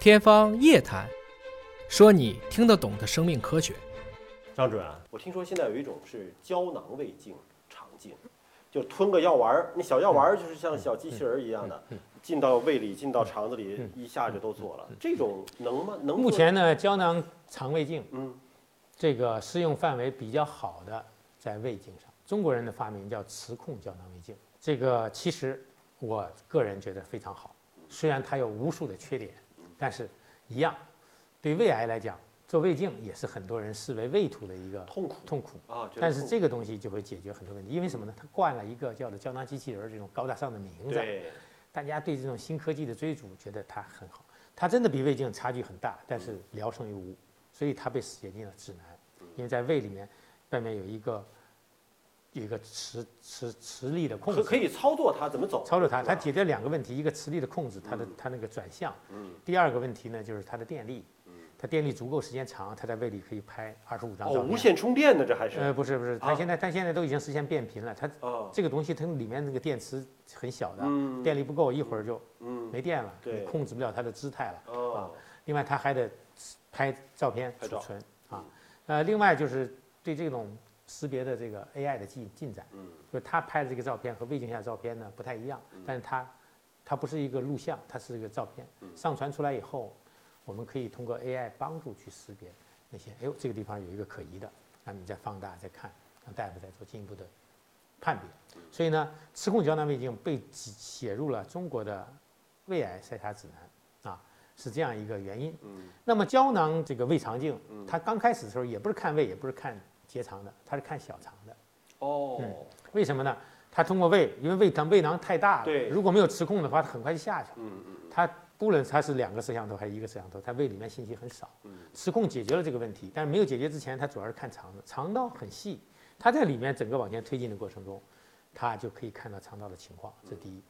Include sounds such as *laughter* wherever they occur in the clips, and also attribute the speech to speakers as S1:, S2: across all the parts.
S1: 天方夜谭，说你听得懂的生命科学。
S2: 张主任啊，我听说现在有一种是胶囊胃镜、肠镜，就吞个药丸儿，那小药
S3: 嗯
S2: 丸儿就是像小机器人儿一样的，进到胃里、进到肠子里，
S3: 嗯
S2: 一下就都做了。这种能吗？能做？
S3: 目前呢，胶囊肠胃镜
S2: 嗯
S3: 这个适用范围比较好的在胃镜上，中国人的发明叫磁控胶囊胃镜。这个其实我个人觉得非常好，虽然它有无数的缺点，但是一样，对胃癌来讲，做胃镜也是很多人视为胃突的一个
S2: 痛苦
S3: 痛苦。
S2: 啊，觉得
S3: 但是
S2: 痛
S3: 这个东西就会解决很多问题，因为什么呢？它冠了一个叫做胶囊机器人儿这种高大上的名字。
S2: 对
S3: 大家对这种新科技的追逐，觉得它很好，它真的比胃镜差距很大，但
S2: 嗯
S3: 是聊胜于无，所以它被写进了指南，因为在胃里面，外面有一个有一个磁磁磁力的控
S2: 可
S3: 制，
S2: 可以操作它怎么走？
S3: 操作它，
S2: 是
S3: 它
S2: 吧
S3: 解决两个问题，一个磁力的控制，它的它那个转向，
S2: 嗯
S3: 第二个问题呢就是它的电力，它电力足够时间长，它在胃里可以拍二十五张
S2: 哦
S3: 照，
S2: 无
S3: 片。
S2: 线充电的这还是
S3: 呃，不是不是，
S2: 啊
S3: 它现在它现在都已经实现变频了，它
S2: 啊
S3: 这个东西它里面那个电池很小呃的，
S2: 嗯
S3: 电力不够，一会儿就
S2: 嗯
S3: 没啊电了，
S2: 对
S3: 你控制不了它的姿态了。
S2: 哦
S3: 另外，它还得拍照片
S2: 拍
S3: 储
S2: 照
S3: 存啊。呃，另外就是对这种识别的这个 AI 的进进展，
S2: 嗯
S3: 就是它拍的这个照片和胃镜下的照片呢不太一样，但是它它不是一个录像，它是一个照片，
S2: 嗯
S3: 上传出来以后，我们可以通过 AI 帮助去识别那些，哎呦这个地方有一个可疑的，那你再放大再看，让大夫再做进一步的判
S2: 嗯
S3: 别。所以呢，磁控胶囊胃镜被挤写入了中国的胃癌筛查指南啊，是这样一个原因。
S2: 嗯
S3: 那么胶囊这个胃肠镜
S2: 嗯，
S3: 它刚开始的时候也不是看胃，也不是看结肠的，它是看小肠的。
S2: 哦
S3: 为什么呢？它通过胃，因为胃肠胃囊太大了，
S2: 对
S3: 如果没有磁控的话，它很快就下去了。
S2: 嗯嗯
S3: 它不论它是两个摄像头还是一个摄像头，它胃里面信息很少。
S2: 嗯
S3: 磁控解决了这个问题，但是没有解决之前，它主要是看肠子，肠道很细，它在里面整个往前推进的过程中，它就可以看到肠道的情况，这第一。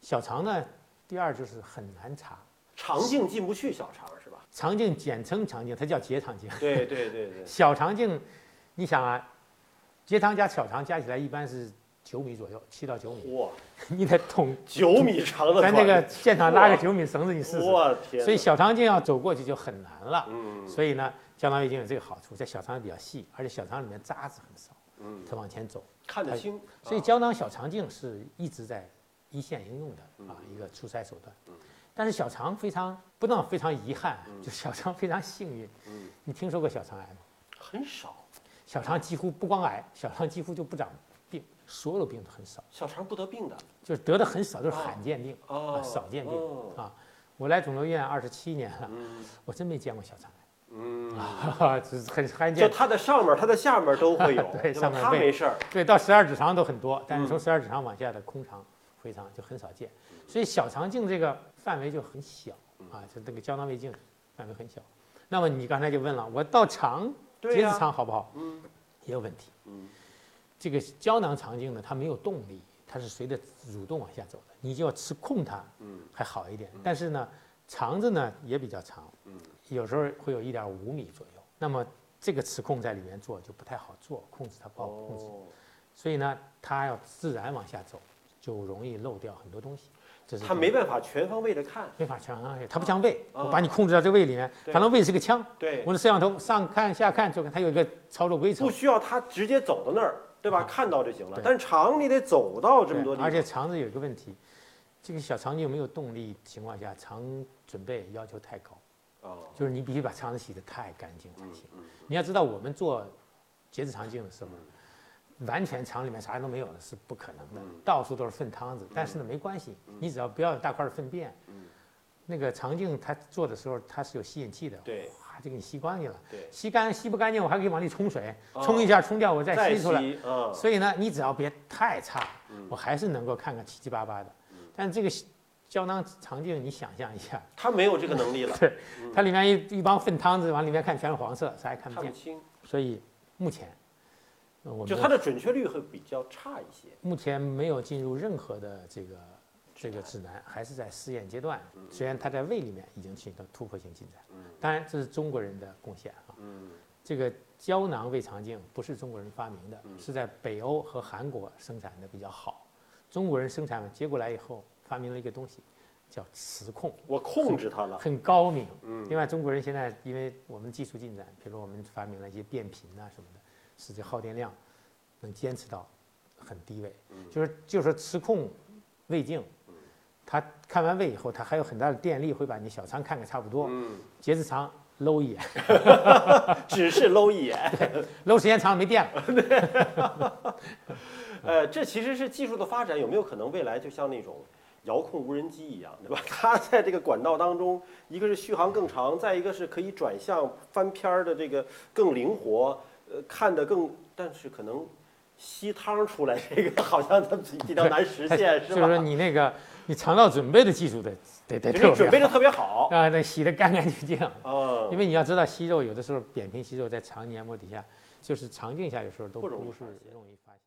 S3: 小肠呢，第二就是很难查，
S2: 肠镜进不去小肠是
S3: *laughs*
S2: 吧？
S3: 肠镜简称肠镜，它叫结肠镜。
S2: 对对对
S3: *laughs*
S2: 对
S3: 小肠镜，你想啊，结肠加小肠加起来一般是九米左右，七到九米，
S2: 哇
S3: 你得捅
S2: 九米长的
S3: 在那
S2: 管
S3: 个现场拉个
S2: 哇
S3: 九米绳子，你试试。
S2: 我天哪，
S3: 所以小肠镜要走过去就很难了。
S2: 嗯
S3: 所以呢，胶囊胃镜有这个好处，在小肠比较细，而且小肠里面渣子很少，
S2: 嗯
S3: 它往前走。
S2: 看得清，
S3: 哎所
S2: 啊
S3: 以胶囊小肠镜是一直在一线应用
S2: 嗯
S3: 的啊一个出筛手段。但是小肠非常不能非常遗憾，啊就小肠非常幸运。
S2: 嗯
S3: 你听说过小肠癌吗？
S2: 很少，
S3: 小肠几乎不光癌，小肠几乎就不长病，所有的病都很少，
S2: 小肠不得病的
S3: 就是得的很少，都是
S2: 哦
S3: 罕见病
S2: 哦
S3: 啊，少见病
S2: 哦
S3: 啊。我来肿瘤医院二十七年了，
S2: 嗯
S3: 我真没见过小肠 *laughs*
S2: 嗯，
S3: 癌，只是很
S2: *laughs*
S3: 罕
S2: 就
S3: 见。
S2: 它的上面、它的下面都会有
S3: *laughs* ，对
S2: 吧
S3: 上面
S2: 它
S3: 会
S2: 没事儿，
S3: 对，到十二指肠都很多，但是从
S2: 嗯
S3: 十二指肠往下的空肠、回肠就很少见，所以小肠镜这个范围就很小
S2: 嗯
S3: 啊，就这个胶囊胃镜范围很小。那么你刚才就问了，我到肠
S2: 对
S3: 结
S2: 呀
S3: 直肠好不好？
S2: 嗯
S3: 也有问题。
S2: 嗯
S3: 这个胶囊肠镜呢，它没有动力，它是随着蠕动往下走的，你就要吃控它
S2: 嗯
S3: 还好一点。但是呢，肠子呢也比较长，
S2: 嗯
S3: 有时候会有一点五米左右。那么这个磁控在里面做就不太好做，控制它不好控制，
S2: 哦，
S3: 所以呢，它要自然往下走，就容易漏掉很多东西。这是
S2: 它
S3: 第一
S2: 没办法全方位的看，
S3: 没法全上它不像胃，
S2: 啊
S3: 我把你控制到这胃里面，
S2: 对
S3: 反正胃是个腔，
S2: 对
S3: 我，的摄像头上看下看，就看它有一个操作规程
S2: 不。需要它直接走到那儿，对吧？看到就行了，
S3: 啊对
S2: 但是肠你得走到这么
S3: 对
S2: 多地方，
S3: 而且肠子有一个问题，这个小肠镜没有动力情况下，肠准备要求太高，
S2: 哦
S3: 就是你必须把肠子洗得太干净才行。
S2: 嗯
S3: 你要知道，我们做结直肠镜的时候，完全肠里面啥都没有的是不可能的，
S2: 嗯
S3: 到处都是粪汤子。但是呢，没关系，你只要不要有大块的粪便，
S2: 嗯
S3: 那个肠镜它做的时候它是有吸引器的，
S2: 对
S3: 哗就给你吸干净了。
S2: 对
S3: 吸干吸不干净，我还可以往里冲水，
S2: 哦
S3: 冲一下冲掉，我再
S2: 再
S3: 吸出来。
S2: 吸嗯啊，
S3: 所以呢，你只要别太差，我还是能够看看七七八八的。
S2: 嗯
S3: 但这个胶囊肠镜，你想象一下，
S2: 它没有这个能力了，
S3: 对，它里面一一帮粪汤子，往里面看全是黄色，啥也看不
S2: 看不
S3: 见。
S2: 清，
S3: 所以目前，呃我
S2: 就
S3: 们
S2: 它的准确率会比较差一些。
S3: 目前没有进入任何的这个这个指南，还是在试验阶段。
S2: 嗯
S3: 虽然它在胃里面已经取得突破性进展，当然这是中国人的贡献啊。
S2: 嗯
S3: 这个胶囊胃肠镜不是中国人发明的，
S2: 嗯
S3: 是在北欧和韩国生产的比较好。中国人生产了接过来以后，发明了一个东西，叫磁控，
S2: 我控制它了。
S3: 很高明。
S2: 嗯
S3: 另外，中国人现在因为我们技术进展，比如我们发明了一些变频啊什么的，使这耗电量能坚持到很低位。
S2: 嗯
S3: 就是就是磁控胃镜，它看完胃以后，它还有很大的电力会把你小肠看看差不多，
S2: 嗯，
S3: 结直肠搂 *laughs* 一眼，
S2: *laughs* 只是搂一眼。
S3: 搂时间长了没电
S2: *laughs*
S3: 了。
S2: 呃，这其实是技术的发展，有没有可能未来就像那种遥控无人机一样，对吧？ *laughs* 它在这个管道当中，一个是续航更长，再一个是可以转向翻篇儿的这个更灵活，呃，看得更，但是可能吸汤出来这个 *laughs* 好像它比比较难实现，是
S3: *laughs* 就
S2: 吧？
S3: 是说你那个你肠道准备的技术得得得
S2: 就是
S3: 特
S2: 你准
S3: 别
S2: 备的特别好，
S3: 啊，得洗得干干净净。
S2: 嗯，
S3: 因为你要知道，息肉有的时候扁平息肉在肠黏膜底下，就是肠镜下有时候都
S2: 不容易
S3: 不是
S2: 发现
S3: 容易发现。